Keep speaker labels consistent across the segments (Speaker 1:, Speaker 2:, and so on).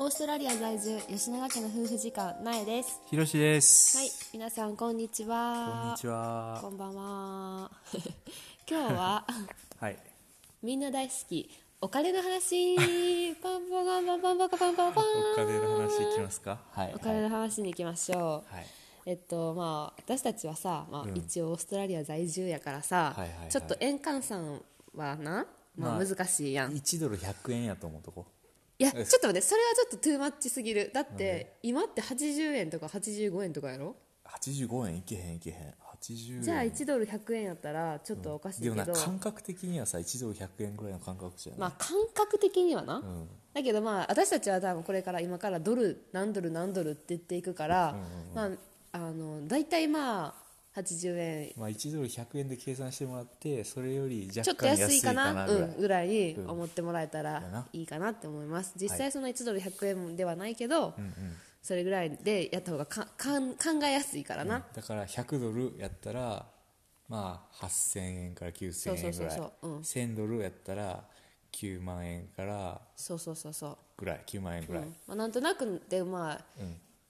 Speaker 1: オーストラリア在住吉永家の夫婦時間なえです
Speaker 2: ひろしです。
Speaker 1: はい皆さんこんにちは
Speaker 2: こんにちは。
Speaker 1: こんばんは今日 は
Speaker 2: はい。
Speaker 1: みんな大好きお金の 話パンパンパンパンパンパンパンパンパン
Speaker 2: お金の話いきますか。はい。
Speaker 1: お金の
Speaker 2: はい
Speaker 1: 話に行きましょう、
Speaker 2: はい
Speaker 1: えっとまあ、私たちはさ、まあ
Speaker 2: うん
Speaker 1: 一応オーストラリア在住やからさ、
Speaker 2: はいはいはい
Speaker 1: ちょっと円換算はな、ま
Speaker 2: ま
Speaker 1: あ、
Speaker 2: あ
Speaker 1: 難しいやん、い
Speaker 2: 一ドル百円やと思うとこ。
Speaker 1: やちょっと待ってそれはちょっとトゥーマッチすぎるだって今って80円とか85円とかやろ
Speaker 2: 八十五円いけへんいけへん。八十円。
Speaker 1: じゃあ1ドル100円やったらちょっとおかしいけ
Speaker 2: で
Speaker 1: ど、
Speaker 2: もな感覚的にはさ一ドル百円ぐらいの感覚じゃない。
Speaker 1: まあ感覚的にはな、
Speaker 2: ん
Speaker 1: だけどまあ私たちは多分これから今からドル何ドル何ドルって言っていくから、まああの大体まあ80円
Speaker 2: まあ一ドル百円で計算してもらってそれより
Speaker 1: ちょ
Speaker 2: 若
Speaker 1: っと
Speaker 2: 干
Speaker 1: 安
Speaker 2: 安
Speaker 1: い
Speaker 2: い
Speaker 1: か
Speaker 2: か
Speaker 1: な
Speaker 2: な
Speaker 1: う
Speaker 2: ぐらい
Speaker 1: ん、。ぐらいに
Speaker 2: うん
Speaker 1: 思ってもらえた
Speaker 2: だ
Speaker 1: ら
Speaker 2: ない
Speaker 1: いかなって思います実
Speaker 2: は
Speaker 1: 際その1ドル100円ではないけど、
Speaker 2: うんうん。
Speaker 1: それぐらいでやった方がかかん考えやすいからな、
Speaker 2: だから100ドルやったらまあ8000円から9000円ぐ
Speaker 1: そうそう
Speaker 2: らい
Speaker 1: そうそううん
Speaker 2: 1000ドルやったら9万円から
Speaker 1: そうそうそうそう、
Speaker 2: ぐらい9万円ぐ
Speaker 1: う
Speaker 2: らい、
Speaker 1: んまあ、なんとなくでまあ、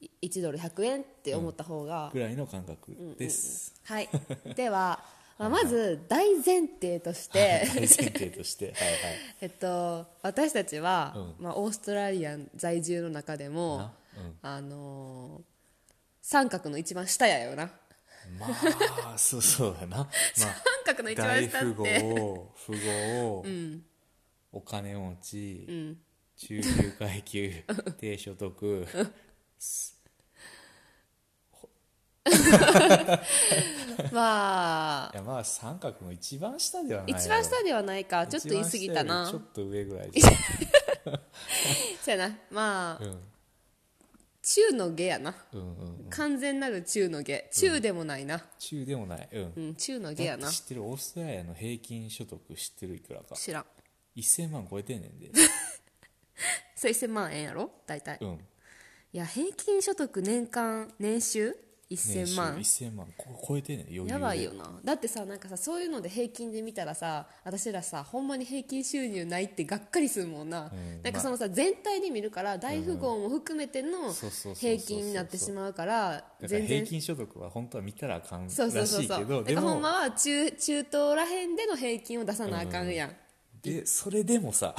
Speaker 1: い1ドル100円って思った方が、
Speaker 2: ぐらいの感覚です、
Speaker 1: はいでは、まあ、まず大前提として
Speaker 2: 大前提としてはい
Speaker 1: えっと、私たちは、
Speaker 2: う
Speaker 1: まあ、オーストラリア在住の中でも
Speaker 2: な、うん
Speaker 1: あのー三角の一番下やよな
Speaker 2: はいまあそうそうだな、ま あ、
Speaker 1: 三角の一番
Speaker 2: 大
Speaker 1: 下っ
Speaker 2: 富豪
Speaker 1: て
Speaker 2: 富豪、お金持ち、
Speaker 1: ん
Speaker 2: 中級階級低所得
Speaker 1: まあ
Speaker 2: いやまあ三角の一番下ではないやろ
Speaker 1: 一番下ではないかちょっと
Speaker 2: 一
Speaker 1: 言い過ぎ
Speaker 2: 番下より
Speaker 1: たな
Speaker 2: ちょっと上ぐらいで
Speaker 1: そうやなまあ、
Speaker 2: うん
Speaker 1: 中の下やな
Speaker 2: うんうん
Speaker 1: 完全なる中の下中でもないな、
Speaker 2: 中でもないうん、
Speaker 1: うん中の下
Speaker 2: だ
Speaker 1: や
Speaker 2: って
Speaker 1: な
Speaker 2: 知ってるオーストラリアの平均所得知ってるいくらか
Speaker 1: 知らん
Speaker 2: 1000万超えてんねんで
Speaker 1: それ1000万円やろ大体、
Speaker 2: うん
Speaker 1: いや平均所得年間年収
Speaker 2: 年
Speaker 1: 1000
Speaker 2: 収
Speaker 1: 万
Speaker 2: 1000万こ超えてんねん余裕で
Speaker 1: やばいよなだってさなんかさそういうので平均で見たらさ私らさほんまに平均収入ないってがっかりするもんな、
Speaker 2: ん
Speaker 1: なんかそのさ全体で見るから大富豪も含めての
Speaker 2: そうそうそうそうそう
Speaker 1: 平均になってしまうから
Speaker 2: だから
Speaker 1: 全
Speaker 2: 平
Speaker 1: 然
Speaker 2: 均所得は本当は見たらあかんらし
Speaker 1: そうそうそう
Speaker 2: い
Speaker 1: そ
Speaker 2: け
Speaker 1: うだ
Speaker 2: ど
Speaker 1: か
Speaker 2: で
Speaker 1: らほ
Speaker 2: も
Speaker 1: んまは中中東らへんでの平均を出さなあかんやん、
Speaker 2: でそれでもさ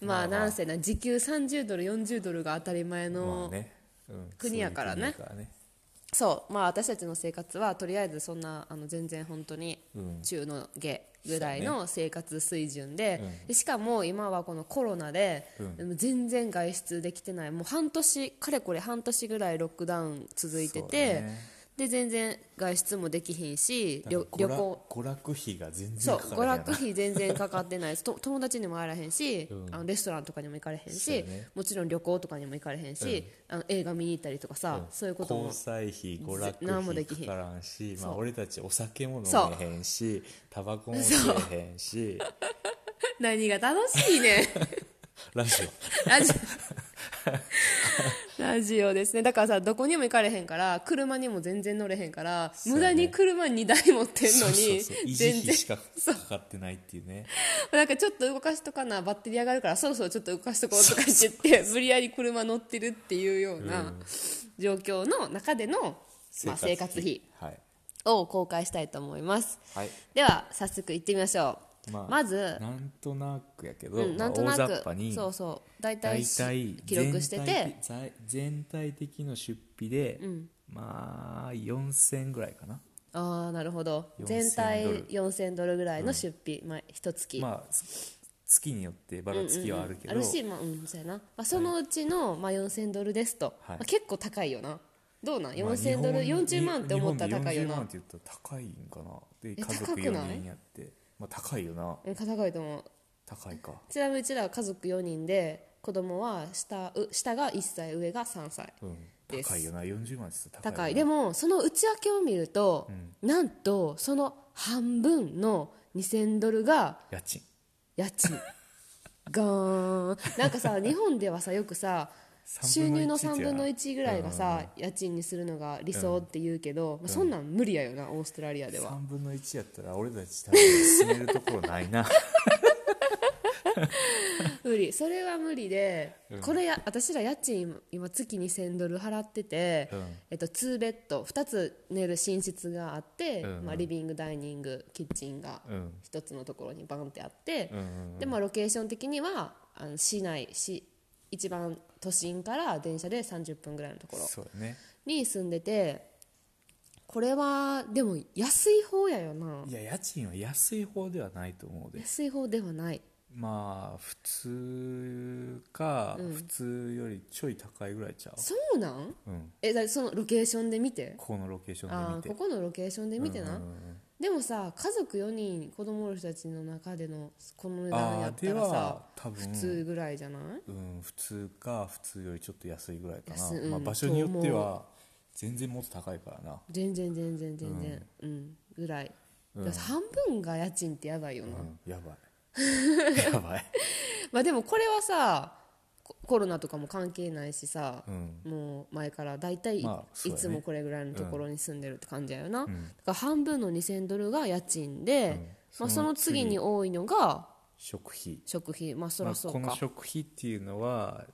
Speaker 1: ま
Speaker 2: ま
Speaker 1: あ
Speaker 2: あまあ
Speaker 1: なんせな時給30ドル40ドルが当たり前
Speaker 2: ま
Speaker 1: の、
Speaker 2: あね、うん
Speaker 1: 国やからね
Speaker 2: そういう国やからね
Speaker 1: そうまあ私たちの生活はとりあえずそんなあの全然本当に
Speaker 2: うん
Speaker 1: 中の下ぐらいの生活水準で,、
Speaker 2: うん
Speaker 1: でしかも今はこのコロナで、
Speaker 2: う
Speaker 1: 全然外出できてないもう半年かれこれ半年ぐらいロックダウン続いてて、
Speaker 2: そうね
Speaker 1: で全然外出もできひんし
Speaker 2: だ
Speaker 1: 旅旅
Speaker 2: から娯楽
Speaker 1: 行
Speaker 2: 娯楽費が全
Speaker 1: そ
Speaker 2: 然
Speaker 1: う
Speaker 2: かか
Speaker 1: 娯
Speaker 2: らへんや
Speaker 1: 楽
Speaker 2: な
Speaker 1: 費全然かかってないですと友達にも会えらへんし、
Speaker 2: うん
Speaker 1: あのレストランとかにも行かれへん
Speaker 2: そう
Speaker 1: し、
Speaker 2: やね
Speaker 1: もちろん旅行とかにも行かれへんし、あの映画見に行ったりとかさ、そういうことも
Speaker 2: 交際費娯楽
Speaker 1: 何もできひん
Speaker 2: 費かからんしま
Speaker 1: そ
Speaker 2: あ、
Speaker 1: う
Speaker 2: 俺たちお酒も飲
Speaker 1: そう
Speaker 2: めへんしタバコも吸えへんし
Speaker 1: 何が楽しい ねん
Speaker 2: ラ ジオ
Speaker 1: ラジオラジオですねだからさどこにも行かれへんから車にも全然乗れへんから、
Speaker 2: う
Speaker 1: 無
Speaker 2: や
Speaker 1: 駄
Speaker 2: ね
Speaker 1: に車2台持ってんの
Speaker 2: そうそう
Speaker 1: に
Speaker 2: そう維持
Speaker 1: 全
Speaker 2: 費
Speaker 1: 然
Speaker 2: しかかかってないっていうね
Speaker 1: なんかちょっと動かしとかなバッテリー上がるからそろそろちょっと動かしとこうとか言って無理やり車乗ってるっていうような状況の中での、まあ、生活費
Speaker 2: はい、
Speaker 1: を公開したいと思います
Speaker 2: はい
Speaker 1: では早速行ってみましょう、
Speaker 2: まあ
Speaker 1: まず
Speaker 2: なんとなくやけど、
Speaker 1: うん、なんとな
Speaker 2: まあ大雑
Speaker 1: く、
Speaker 2: 把に
Speaker 1: そうそう大体
Speaker 2: 大体
Speaker 1: 記録してて
Speaker 2: 全体全体的の出費で、
Speaker 1: ん
Speaker 2: まあ4000ぐらいかな
Speaker 1: ああなるほど
Speaker 2: 4000
Speaker 1: 全体
Speaker 2: ドル
Speaker 1: 4000ドルぐらいの出費、まあ一月、
Speaker 2: まあす月によってばらつきはあるけど、
Speaker 1: あるし、まあうん、そうやな、まあ、そのうちの、まあ、4000ドルですと、
Speaker 2: は
Speaker 1: ま
Speaker 2: い
Speaker 1: あ、結構高いよなどうなん
Speaker 2: まあ
Speaker 1: 4000ドル、
Speaker 2: 日本
Speaker 1: 40万って思ったら高いよ
Speaker 2: 日
Speaker 1: な
Speaker 2: 本で40万って言ったら高いんかなで
Speaker 1: え
Speaker 2: 家族
Speaker 1: 高くない
Speaker 2: 4人やってまあ高いよな
Speaker 1: うん高いと思う
Speaker 2: 高いか
Speaker 1: ちなみにうちらは家族4人で子供は下う下が1歳上が3歳
Speaker 2: うん
Speaker 1: です
Speaker 2: 高いよな40万って言ったら
Speaker 1: 高
Speaker 2: 高い
Speaker 1: い
Speaker 2: よな
Speaker 1: でもその内訳を見ると、なんとその半分の2000ドルが
Speaker 2: 家賃
Speaker 1: 家賃ガーンなんか さ日本ではさよくさ収
Speaker 2: 3
Speaker 1: 入の
Speaker 2: 分の1
Speaker 1: 3分の1ぐらいがさ、家賃にするのが理想って言うけど、まあ、そんなん無理やよなオーストラリアでは、
Speaker 2: 3分の1やったら俺たち多分住めるところないな
Speaker 1: 無理それは無理で、
Speaker 2: うん
Speaker 1: これや私ら家賃今今月2000ドル払ってて、
Speaker 2: うん
Speaker 1: えっと、2ベッド2つ寝る寝室があって、
Speaker 2: うんうん
Speaker 1: まあ、リビングダイニングキッチンが
Speaker 2: うん
Speaker 1: 一つのところにバンってあって、
Speaker 2: うんうん
Speaker 1: でまあ、ロケーション的にはあの市内市一番都心から電車で30分ぐらいのところ
Speaker 2: そうだね
Speaker 1: に住んでてこれはでも安い方やよない
Speaker 2: や家賃は安い方ではないと思うで
Speaker 1: 安い方ではない
Speaker 2: まあ普通か、普通よりちょい高いぐらいちゃ
Speaker 1: そうなん
Speaker 2: う、うん、
Speaker 1: えだそのロケーションで見て
Speaker 2: ここのロケーショ
Speaker 1: あー
Speaker 2: ンで
Speaker 1: こ
Speaker 2: 見て
Speaker 1: このロケーションで見てな、
Speaker 2: うんうんうん
Speaker 1: でもさ家族4人子供おる人たちの中でのこの値段や
Speaker 2: あ
Speaker 1: っ
Speaker 2: ーで
Speaker 1: たらさ
Speaker 2: は多分
Speaker 1: 普通ぐらいじゃない
Speaker 2: うん、普通か普通よりちょっと安いぐらいかな、
Speaker 1: 安いうん
Speaker 2: まあ、場所によっては全然もっと高いからな
Speaker 1: 全然全然全然うん、ぐらい、だから半分が家賃ってやばいよ
Speaker 2: う
Speaker 1: な、
Speaker 2: んやばい やばい
Speaker 1: まあでもこれはさココロナとかも関係ないしさ、
Speaker 2: うん
Speaker 1: もう前から大体い,、
Speaker 2: まあそ
Speaker 1: い
Speaker 2: うだね
Speaker 1: つもこれぐらいのところに住んでるって感じやよな、だから半分の2000ドルが家賃で、まあ、そ
Speaker 2: そ
Speaker 1: の
Speaker 2: の
Speaker 1: 次
Speaker 2: 次
Speaker 1: に多いのが
Speaker 2: 食費
Speaker 1: 食費まあそ
Speaker 2: ま
Speaker 1: ら
Speaker 2: あ、
Speaker 1: そう
Speaker 2: こ
Speaker 1: か、
Speaker 2: の食費っていうのは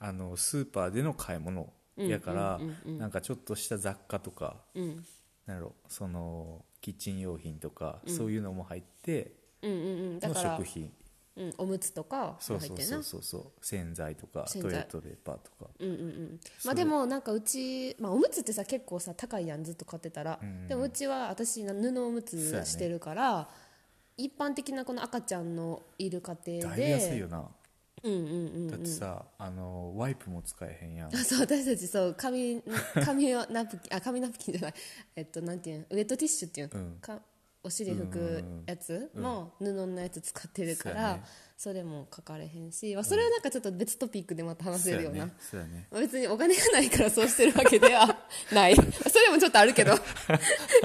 Speaker 2: あのスーパーでの買い物
Speaker 1: ん
Speaker 2: やから、
Speaker 1: うん
Speaker 2: なんかちょっとした雑貨とか
Speaker 1: うん、
Speaker 2: なんやろそのキッチン用品とか、そういうのも入って
Speaker 1: うんうんうんだ
Speaker 2: の
Speaker 1: から
Speaker 2: 食費
Speaker 1: うん、おむつとか
Speaker 2: そ
Speaker 1: も
Speaker 2: う
Speaker 1: 入っ
Speaker 2: そう
Speaker 1: てん
Speaker 2: そ
Speaker 1: な
Speaker 2: うそうそう洗剤とか
Speaker 1: 洗
Speaker 2: トイレ
Speaker 1: 剤
Speaker 2: ットペーパーとか
Speaker 1: うんうんうんまあでもなんかうち、まあ、おむつってさ結構さ高いやんずっと買ってたら、でもうちは私な布おむ
Speaker 2: そうや
Speaker 1: つ
Speaker 2: ね
Speaker 1: してるから、一般的なこの赤ちゃんのいる家庭
Speaker 2: だいぶ
Speaker 1: で
Speaker 2: 安いよな、
Speaker 1: うんうんうん
Speaker 2: だってさあのワイプも使えへ んやん
Speaker 1: そう私たちそう紙紙をナプキンあ紙ナプキンじゃないえっとなんていうんウェットティッシュっていうの、
Speaker 2: うん
Speaker 1: かお尻拭くやつも布のやつ使ってるか
Speaker 2: そう
Speaker 1: ら、
Speaker 2: やね
Speaker 1: それも書かれへんし、まあ、それはなんかちょっと別トピックでまた話せるような、
Speaker 2: そうやね
Speaker 1: まあ別にお金がないからそうしてるわけで はないそれもちょっとあるけど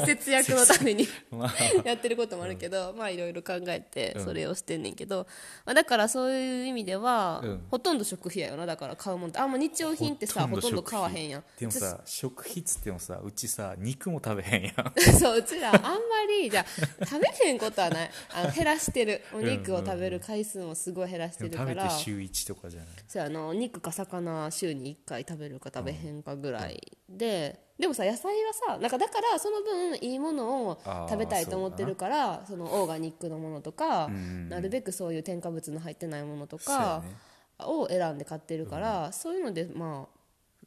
Speaker 1: 節約のために
Speaker 2: そうやねまあ
Speaker 1: やってることもあるけど、まあいろいろ考えてそれをしてんねんけど、まあ、だからそういう意味では、
Speaker 2: うん
Speaker 1: ほとんど食費やよなだから買うもんってあんま日用品ってさほとんど
Speaker 2: 食
Speaker 1: 買
Speaker 2: 費
Speaker 1: わへんやん
Speaker 2: でもさ食費っつってもさうちさ肉も食べへんやん
Speaker 1: そううちらあんまりじゃあ食べへんことはないあの減らしてるお肉を食べる回数もすごい減らしてる
Speaker 2: で
Speaker 1: か
Speaker 2: も
Speaker 1: ら、
Speaker 2: 食べて週1とかじゃない
Speaker 1: そうやなお肉か魚週に1回食べるか食べへんかぐらいで、でもさ野菜はさなんかだからその分いいものを
Speaker 2: あー
Speaker 1: 食べたいと思ってるからそのオーガニックのものとか、なるべくそういう添加物の入ってないものと
Speaker 2: そうや
Speaker 1: か
Speaker 2: ね
Speaker 1: を選んで買ってるから、そういうのでまあ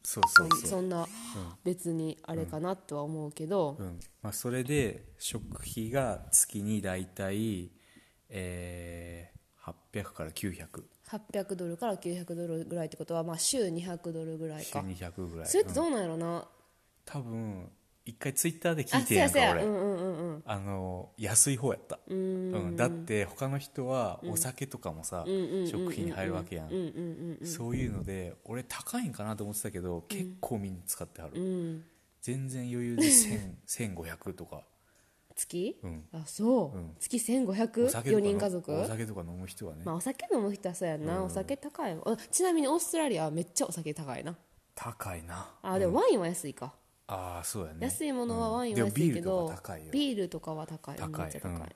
Speaker 2: そう
Speaker 1: そ
Speaker 2: そ
Speaker 1: ん
Speaker 2: う
Speaker 1: そ
Speaker 2: そうん
Speaker 1: な別にあれかなとは思うけど、
Speaker 2: うんまあ、それで食費が月に大体、えー、800から900
Speaker 1: 800ドルから900ドルぐらいってことは、まあ、週200ドルぐらい
Speaker 2: 週
Speaker 1: か
Speaker 2: 200ぐらい
Speaker 1: それって
Speaker 2: うん
Speaker 1: どうなんやろな、
Speaker 2: 多分一回ツイッターで聞
Speaker 1: あ
Speaker 2: い
Speaker 1: そ
Speaker 2: て
Speaker 1: うん
Speaker 2: や
Speaker 1: や
Speaker 2: ん
Speaker 1: そ
Speaker 2: か
Speaker 1: うや
Speaker 2: 俺、
Speaker 1: うんうんうんうん
Speaker 2: あの安い方やった
Speaker 1: うーん
Speaker 2: うん、だって他の人はお酒とかもさ、食費に入るわけやん,、
Speaker 1: うんうんうん
Speaker 2: そういうので俺高いんかなと思ってたけど、結構みんな使ってはる、
Speaker 1: うん
Speaker 2: 全然余裕で1000 1500と か
Speaker 1: 月、
Speaker 2: うん
Speaker 1: あそう、
Speaker 2: うん
Speaker 1: 月1500
Speaker 2: お酒と
Speaker 1: 4
Speaker 2: かの
Speaker 1: 人家族
Speaker 2: お酒とか飲む人はね、
Speaker 1: まあお酒飲む人はそうやんな、お酒高いあちなみにオーストラリアはめっちゃお酒高いな
Speaker 2: 高いな
Speaker 1: あでもワインは安いか、
Speaker 2: ああそうやね
Speaker 1: 安いものはワイン
Speaker 2: で
Speaker 1: は
Speaker 2: も
Speaker 1: 安い
Speaker 2: ビー
Speaker 1: け
Speaker 2: ルと
Speaker 1: ど
Speaker 2: か高いよ、
Speaker 1: ビールとかは高い
Speaker 2: 高い
Speaker 1: めっちゃ高い、
Speaker 2: うん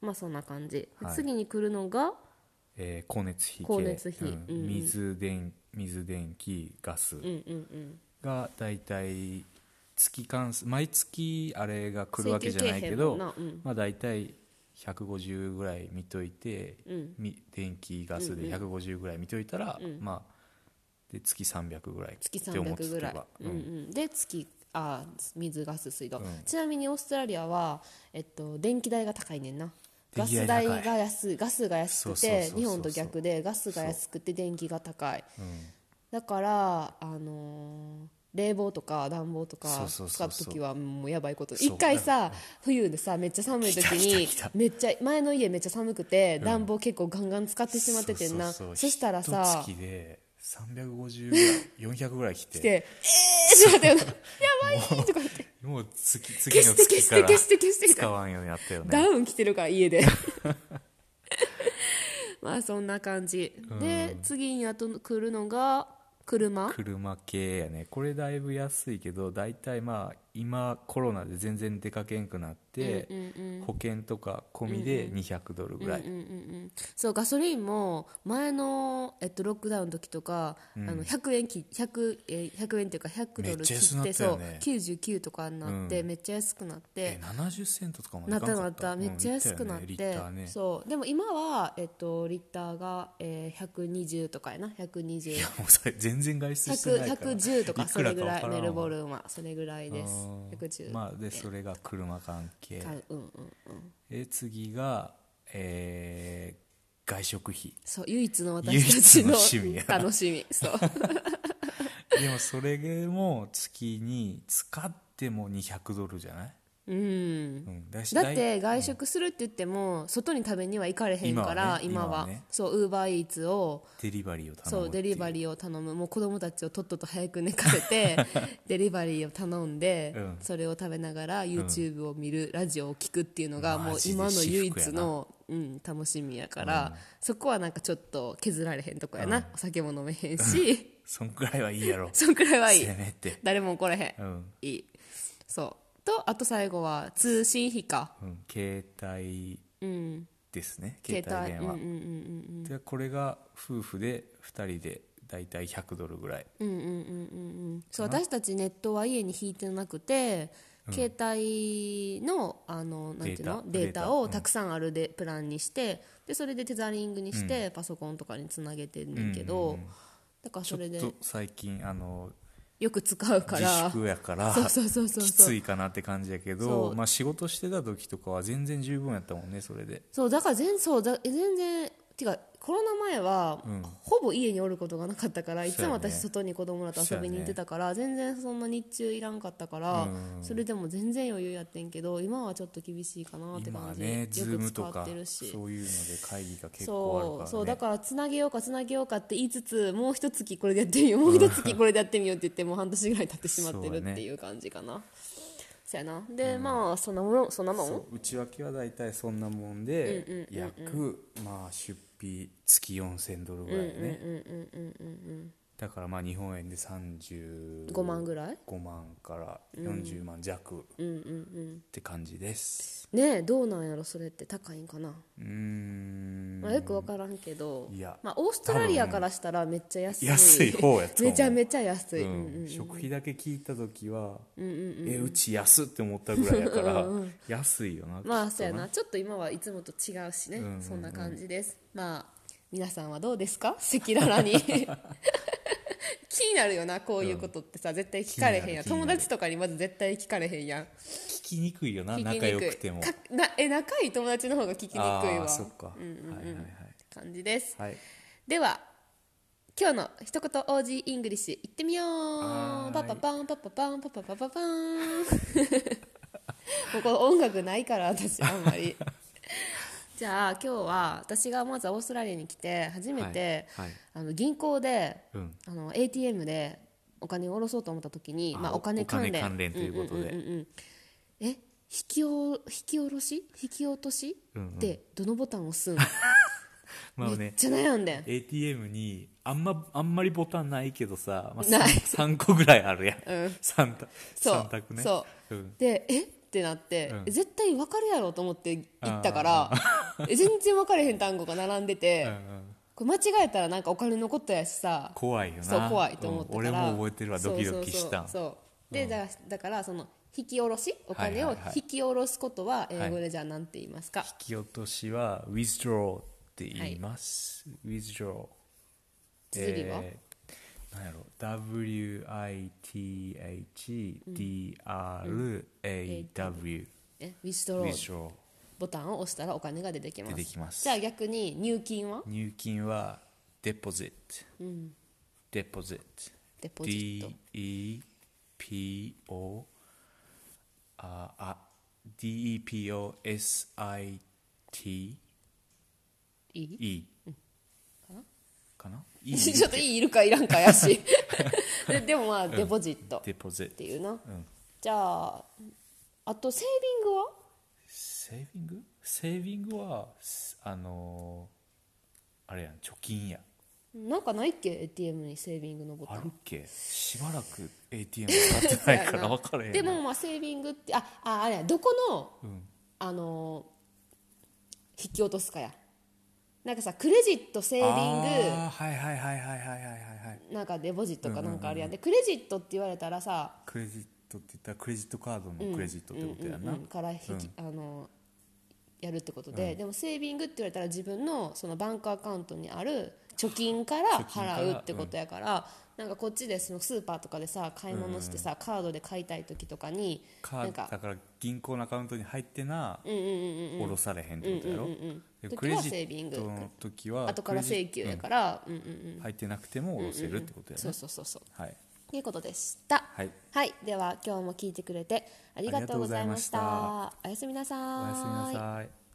Speaker 1: まあそんな感じ、
Speaker 2: はい
Speaker 1: 次に来るのが
Speaker 2: えー、光熱費系
Speaker 1: 光熱費
Speaker 2: うん
Speaker 1: うんうん
Speaker 2: 水電水電気ガス
Speaker 1: うんうん
Speaker 2: が大体月換算毎月あれが
Speaker 1: うん
Speaker 2: 来るわけじゃないけ
Speaker 1: 請求
Speaker 2: ど
Speaker 1: 権もなうん
Speaker 2: まあ、大体150ぐらい見といて、
Speaker 1: うん
Speaker 2: み電気ガスで150ぐらい見といたら、まあ、で月300ぐらい
Speaker 1: 月
Speaker 2: って思って
Speaker 1: 300ぐらい、
Speaker 2: おけば
Speaker 1: うんうんで月あ水ガス水道、
Speaker 2: ん
Speaker 1: ちなみにオーストラリアは、えっと、電気代が高いねんなガ
Speaker 2: 電気
Speaker 1: ス
Speaker 2: 代
Speaker 1: 代
Speaker 2: 高い
Speaker 1: が安いガスが安くて
Speaker 2: そうそうそうそう
Speaker 1: 日本と逆でガスが安くて電気が高い
Speaker 2: うん
Speaker 1: だから、あのー冷房とか暖房とか
Speaker 2: そうそう
Speaker 1: 使
Speaker 2: そううそう
Speaker 1: 時はもうやばいこと
Speaker 2: そう
Speaker 1: 一回さ冬でさめっちゃ寒い時に
Speaker 2: 来た来た来た
Speaker 1: めっちゃ前の家めっちゃ寒くて暖房結構ガンガン使ってしまっててんな
Speaker 2: そうそう
Speaker 1: そ
Speaker 2: そう
Speaker 1: したらさ
Speaker 2: 一月で350ぐらい400ぐらい来て
Speaker 1: 来て「えー!」ってなって「やばい!」とか言って。
Speaker 2: もう次次
Speaker 1: 消
Speaker 2: の
Speaker 1: して消
Speaker 2: 月
Speaker 1: し
Speaker 2: か
Speaker 1: て
Speaker 2: ら
Speaker 1: 消して消して
Speaker 2: 使わんようになったよね
Speaker 1: ダウン着てるから家で まあそんな感じ、で次にあと来るのが車
Speaker 2: 車系やねこれだいぶ安いけど大体まあ今コロナで全然出かけんくなって、
Speaker 1: うんうん
Speaker 2: 保険とか込みで200ドルぐらい、
Speaker 1: うんうんうん、そうガソリンも前の、えっと、ロックダウンの時とか、あの100円き100、えー100円っていうか100ド
Speaker 2: め
Speaker 1: ル
Speaker 2: っちゃ安
Speaker 1: 切
Speaker 2: な
Speaker 1: っ
Speaker 2: ってた
Speaker 1: そ
Speaker 2: よ
Speaker 1: う
Speaker 2: ね
Speaker 1: 99とかになって、めっちゃ安くなって
Speaker 2: え70セントとかまで
Speaker 1: ないっ
Speaker 2: かんか
Speaker 1: たなっためっちゃ安くなっ
Speaker 2: うんリッ
Speaker 1: て、
Speaker 2: ターね
Speaker 1: そうでも今は、えっと、リッターが、えー、120とかやな120
Speaker 2: いやもうそれ全然外出してないから
Speaker 1: 110とか
Speaker 2: い
Speaker 1: そ
Speaker 2: く
Speaker 1: れ
Speaker 2: ら
Speaker 1: ぐら
Speaker 2: わ
Speaker 1: い
Speaker 2: か
Speaker 1: メル
Speaker 2: んわ
Speaker 1: ボルンはそれぐらいです
Speaker 2: あー
Speaker 1: 110、
Speaker 2: まあでそれが車関係
Speaker 1: かうんうんうん
Speaker 2: え次が、えー外食費
Speaker 1: そう唯一の私たちの
Speaker 2: 唯一の趣味や
Speaker 1: 楽しみそう
Speaker 2: でもそれも月に使っても200ドルじゃない、
Speaker 1: うん
Speaker 2: うん、だし
Speaker 1: だっ
Speaker 2: 大
Speaker 1: て外食するって言っても外に食べには行かれへんから
Speaker 2: 今
Speaker 1: 今
Speaker 2: はね今は
Speaker 1: は
Speaker 2: ね
Speaker 1: そうウーバーイーツを
Speaker 2: デリバリーを頼む
Speaker 1: そうデリバリーを頼むもう子供たちをとっとと早く寝かせ てデリバリーを頼んで
Speaker 2: うん
Speaker 1: それを食べながら YouTube を見るラジオを聞くっていうのがもう
Speaker 2: マジで
Speaker 1: 今の唯
Speaker 2: 至
Speaker 1: 一
Speaker 2: 福や
Speaker 1: のうん楽しみやからそこはなんかちょっと削られへんとこやなお酒も飲めへんし
Speaker 2: そんくらいはいいやろ
Speaker 1: そんくらいはいい
Speaker 2: せめて
Speaker 1: 誰も怒らへん
Speaker 2: うん、
Speaker 1: いいそうとあと最後は通信費か
Speaker 2: うん、携帯
Speaker 1: うん
Speaker 2: ですね携
Speaker 1: 携
Speaker 2: 帯
Speaker 1: 帯
Speaker 2: 電話
Speaker 1: うんうんうんうん
Speaker 2: でこれが夫婦で2人で大体100ドルぐらい
Speaker 1: うんうんうんうんうんそう私たちネットは家に引いてなくて、携帯のあのなんていうの
Speaker 2: データ
Speaker 1: デー
Speaker 2: デー
Speaker 1: タ
Speaker 2: タう
Speaker 1: を
Speaker 2: ん
Speaker 1: たくさんあるで、プランにしてでそれでテザリングにして、パソコンとかにつなげてんねんけど、だから
Speaker 2: ち
Speaker 1: そ
Speaker 2: ょっ
Speaker 1: れで
Speaker 2: と最近あの
Speaker 1: よく使うか
Speaker 2: 自
Speaker 1: ら
Speaker 2: 粛やから
Speaker 1: そうそうそうそう
Speaker 2: き
Speaker 1: そ
Speaker 2: つ
Speaker 1: う
Speaker 2: いかなって感じやけ
Speaker 1: そ
Speaker 2: ど、
Speaker 1: う
Speaker 2: まあ、仕事してた時とかは全然十分やったもんねそれで
Speaker 1: そうだから全そうだ全然てかコロナ前は、ほぼ家におることがなかったからいつも私
Speaker 2: そう
Speaker 1: 外に子供らと遊びに行ってたから、全然そんな日中いらんかったから、それでも全然余裕やってんけど今はちょっと厳しいかなって
Speaker 2: 今
Speaker 1: 感
Speaker 2: は
Speaker 1: じ、
Speaker 2: ねズ
Speaker 1: よ
Speaker 2: ー
Speaker 1: く
Speaker 2: ムと
Speaker 1: 使っ
Speaker 2: か
Speaker 1: てるし
Speaker 2: そういうので会議が結構あ
Speaker 1: そ
Speaker 2: るか
Speaker 1: う
Speaker 2: ら、ね、
Speaker 1: そうだからつなげようかつなげようかって言いつつもう一月これでやってみようもう一月これでやってみようって言ってもう半年ぐらい経ってしまってるっていう感じかなそう,、やなで、まあそんなもんそんなもん
Speaker 2: そう内訳は大体そんなもんで約まあ出費月4000ドルぐらいねだからまあ日本円で35
Speaker 1: 5万ぐらい
Speaker 2: 5万から40万弱って感じです
Speaker 1: ねえどうなんやろそれって高いんかな、
Speaker 2: うーん
Speaker 1: まあ、よく分からんけど
Speaker 2: いや
Speaker 1: まあ、オーストラリアからしたらめっちゃ安い
Speaker 2: 安い方やと思う
Speaker 1: めちゃめちゃ安い、
Speaker 2: う
Speaker 1: うんん
Speaker 2: 食費だけ聞いた時はえうち安って思ったぐらいやから安いよ
Speaker 1: ま
Speaker 2: なき
Speaker 1: あ
Speaker 2: っと
Speaker 1: そうやなちょっと今はいつもと違うしね、
Speaker 2: んうんうん
Speaker 1: そんな感じですまあ皆さんはどうですか赤裸 々に気になるよなこういうことってさ、絶対聞かれへんやん
Speaker 2: 気になる
Speaker 1: 友達とかにまず絶対聞かれへんやん
Speaker 2: 聞きにくいよな
Speaker 1: 聞きに
Speaker 2: 仲
Speaker 1: くい
Speaker 2: 良くても
Speaker 1: かなえ仲いい友達の方が聞きにくい
Speaker 2: あ
Speaker 1: わ
Speaker 2: あそっかはい
Speaker 1: うんうんうん
Speaker 2: はいはい
Speaker 1: 感じです
Speaker 2: はい
Speaker 1: では今日の一言 OG イングリッシュ行ってみよ
Speaker 2: はー
Speaker 1: う
Speaker 2: い
Speaker 1: パパパンパパパンパパパパパ ーンもうこの音楽ないから私あんま りじゃあ今日は私がまずオーストラリアに来て初めて、
Speaker 2: はいはい
Speaker 1: あの銀行で、
Speaker 2: うん
Speaker 1: あの ATM でお金を下ろそうと思った時に
Speaker 2: あ
Speaker 1: まあ、お金関連
Speaker 2: お金関連ということで
Speaker 1: んんうんうんえ引きお引き下ろし引き落とし、
Speaker 2: うんうん
Speaker 1: ってどのボタンを押すん、
Speaker 2: まあ
Speaker 1: めっ
Speaker 2: ね
Speaker 1: ちゃ悩んでん
Speaker 2: ATM にあんまあんまりボタンないけどさ、まあ、
Speaker 1: ない
Speaker 2: 3, 個ぐらいあるやん、
Speaker 1: うん
Speaker 2: 3, 択
Speaker 1: そう
Speaker 2: 三択ね
Speaker 1: そ
Speaker 2: ん
Speaker 1: でえってなって、
Speaker 2: うん
Speaker 1: 絶対分かるやろと思って行ったから え全然分かれへん単語が並んでて、
Speaker 2: うんうん
Speaker 1: これ間違えたらなんかお金のことやしさ
Speaker 2: 怖いよな
Speaker 1: そう怖いと思ったから、
Speaker 2: うん俺も覚えてるわドキドキした
Speaker 1: そうそうそうそうでだからだからその引き下ろしお金
Speaker 2: は
Speaker 1: を
Speaker 2: いはいはい
Speaker 1: 引き下ろすことは英語
Speaker 2: は
Speaker 1: でじゃあ何て言いますか、
Speaker 2: 引き落としは withdraw って言います、withdraw
Speaker 1: 綴りは
Speaker 2: えー、なんやろ WITHDRAW
Speaker 1: えウィストロー
Speaker 2: withdraw
Speaker 1: ボタンを押したらお金が出てきます
Speaker 2: 出てきます
Speaker 1: じゃあ逆に入金は
Speaker 2: 入金は deposit、deposit
Speaker 1: Deposit
Speaker 2: D E P O ああ D E P O S I T
Speaker 1: いい
Speaker 2: E かな E
Speaker 1: ちょっといいいるかいらんかや しででもまあデポジットっ
Speaker 2: deposit
Speaker 1: ていうな、
Speaker 2: ん
Speaker 1: じゃああとセービングは
Speaker 2: セービングセービングはすあのーあれやん貯金や
Speaker 1: なんかないっけ ATM にセービングのボタ
Speaker 2: あるっ
Speaker 1: ン
Speaker 2: けしばらく ATM 使ってないから分からへんな
Speaker 1: でもまあセービングってあああれやどこの、
Speaker 2: ん
Speaker 1: あのー引き落とすかやなんかさクレジットセービン
Speaker 2: あーはいはいはいはいはいはいはいはい
Speaker 1: グなんかデポジットかなんかあるやんでクレジットって言われたらさ
Speaker 2: クレジットって言ったらクレジットカードのクレジットってことや
Speaker 1: う
Speaker 2: なん
Speaker 1: うんから引き、
Speaker 2: うん
Speaker 1: あのやるってことで、でもセービングって言われたら自分のそのバンクアカウントにある貯金から
Speaker 2: 貯金から
Speaker 1: 払うってことやからなんかこっちでそのスーパーとかでさ買い物してさ、カードで買いたい時とかに
Speaker 2: カ
Speaker 1: なん
Speaker 2: ード
Speaker 1: か
Speaker 2: だから銀行のアカウントに入ってな下ろされへんってことやろで
Speaker 1: 時は
Speaker 2: クレジ
Speaker 1: セービン
Speaker 2: ッ
Speaker 1: グ
Speaker 2: トの時は
Speaker 1: 後から請求やから、うんうんうん
Speaker 2: うん入ってなくても下ろせるってことや
Speaker 1: そ
Speaker 2: ね
Speaker 1: うそうそうそう
Speaker 2: はい
Speaker 1: ということでした
Speaker 2: はい
Speaker 1: では今日も聞いてくれてありがとうございました
Speaker 2: あ
Speaker 1: お
Speaker 2: りがとうござい
Speaker 1: やすみなさ
Speaker 2: お
Speaker 1: ー
Speaker 2: やすみなさい